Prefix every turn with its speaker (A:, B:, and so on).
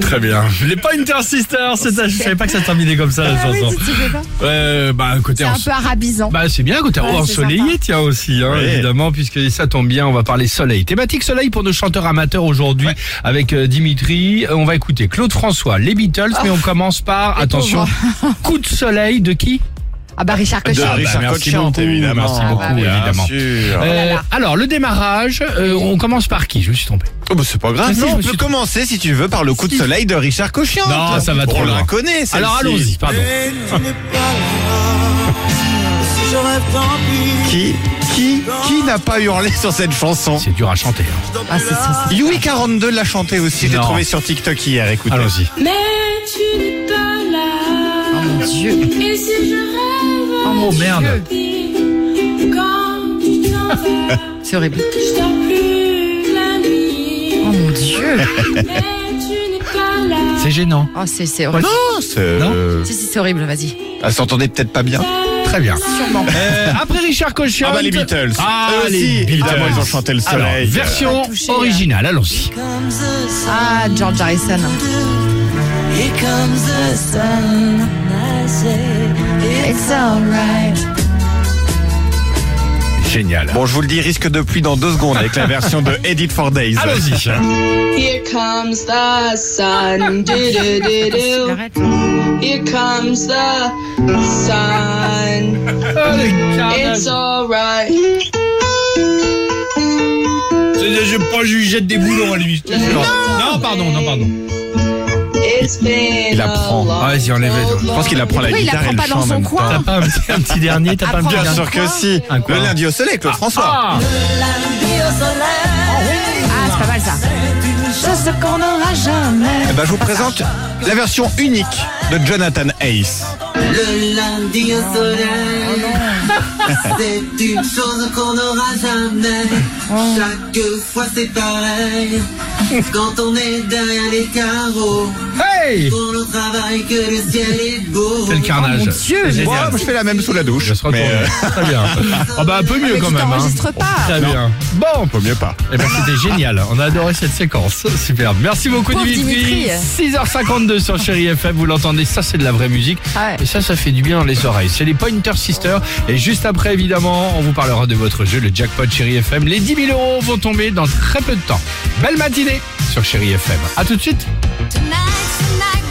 A: très bien. Les Pointer Sisters, c'est ça, je savais pas que ça terminait comme ça la
B: Ah oui,
A: chanson.
B: tu te fais pas.
A: Euh, bah côté
B: C'est un
A: enso-
B: peu arabisant.
A: Bah c'est bien côté
B: Ouais, c'est
A: ensoleillé
B: sympa.
A: tiens aussi hein,
C: Ouais.
A: évidemment puisque ça tombe bien on va parler soleil thématique soleil pour nos chanteurs amateurs aujourd'hui avec euh, Dimitri Euh, on va écouter Claude François les Beatles mais
B: Oh.
A: on commence par attention coup de soleil de qui
B: Ah bah Richard
C: De
B: Cochon.
C: Richard
A: merci
C: Cochante,
A: beaucoup,
C: évidemment.
A: merci
B: beaucoup, Ah bah oui.
A: évidemment.
C: Bien sûr.
A: Euh,
B: là là.
A: alors le démarrage euh, on commence par qui je me suis trompé
C: Oh, bah, c'est pas grave.
A: Si,
C: non,
A: je me
C: on peut
A: suis-
C: commencer, si tu veux, par le coup de soleil de Richard Cochian.
A: Non, ça va trop
C: On la
A: loin.
C: connaît, celle-ci.
A: alors allons-y pardon
D: Et tu n'es pas là. Si je rêve, tant pis.
C: Qui, qui, qui n'a pas hurlé sur cette chanson
A: c'est dur à chanter hein.
B: Ah, c'est ça.
C: Yui42 l'a chantée aussi. J'ai
A: Non.
C: trouvé sur TikTok hier, écoutez.
A: allons-y
E: Mais tu n'es pas
B: Oh
E: là.
B: mon dieu.
E: Et si je rêve,
B: Oh mon
A: oh merde
E: quand tu t'en vas,
B: C'est horrible.
E: je dors plus la nuit.
B: Oh mon dieu.
E: Mais tu n'es pas là.
A: c'est gênant
B: Oh, c'est c'est horrible.
C: Non, c'est.
A: Non
C: euh,
B: Si, si, c'est horrible, vas-y.
C: Elle s'entendait peut-être pas bien.
A: très bien
B: Sûrement.
A: Euh, après Richard Cochon
C: Ah bah les Beatles.
A: ah
C: Eux
A: les
C: aussi,
A: Beatles
C: évidemment, ils ont chanté le
A: Alors,
C: soleil.
A: version
B: Ouais, Ah, touché, hein.
A: originale allons-y
D: Comes the sun.
B: Ah, George Harrison.
D: Here comes the sun. I say, it's alright.
A: génial
C: Bon, je vous le dis, risque de pluie dans deux secondes avec la version de Edit for Days.
A: allons-y
F: Here comes the sun. Do do do
B: Il
F: do.
B: arrête.
F: Here comes the sun. It's alright.
A: Je pas jette des boulons à lui. Non, pardon, non, pardon.
F: It's been
C: Il
F: a
C: apprend. Ah,
F: long,
A: Vas-y, enlève-les, donc.
C: Je pense qu'il apprend la
B: Pourquoi il
C: guitare et
B: apprend
C: le
B: pas
C: chant
B: dans
C: en
B: son
C: même
B: coin
C: temps.
A: T'as pas un petit, Ah, un petit dernier, t'as pas un petit
B: Apprends.
C: Bien
A: dernier.
C: sûr que si.
A: Un quoi
C: Le lundi au soleil, Claude François.
A: Ah,
B: Ah, c'est pas mal ça. Chose qu'on n'aura jamais.
C: Eh
A: ah.
C: ben, je vous présente la version unique de Jonathan Ace.
D: Le lundi au soleil. c'est une chose qu'on n'aura jamais. Chaque fois c'est pareil. Quand on est derrière les carreaux.
A: hey
D: Pour le travail que le ciel est beau.
A: C'est le carnage.
B: Oh mon Dieu.
A: C'est
C: Moi,
A: génial.
C: je fais la même sous la douche.
A: Je se retourne.
C: Mais euh,
A: Très bien. Ah bah un peu mieux
B: Mais
A: quand
B: tu
A: même. hein.
B: t'enregistres pas.
A: Très bien. Bon.
C: vaut mieux pas.
A: Eh ben, c'était génial. On a adoré cette séquence. Superbe. Merci beaucoup
B: Pauvre
A: Dimitri.
B: Dimitri.
A: 6h52 sur Chéri FM. Vous l'entendez. Ça, c'est de la vraie musique.
B: Ah ouais.
A: Et ça, ça fait du bien dans les oreilles. C'est les Pointer Sisters. Et juste après, évidemment, on vous parlera de votre jeu, le jackpot Chéri FM. Les 10 000 euros vont tomber dans très peu de temps. Belle matinée sur Chéri FM. À tout de suite.
G: Tonight, tonight,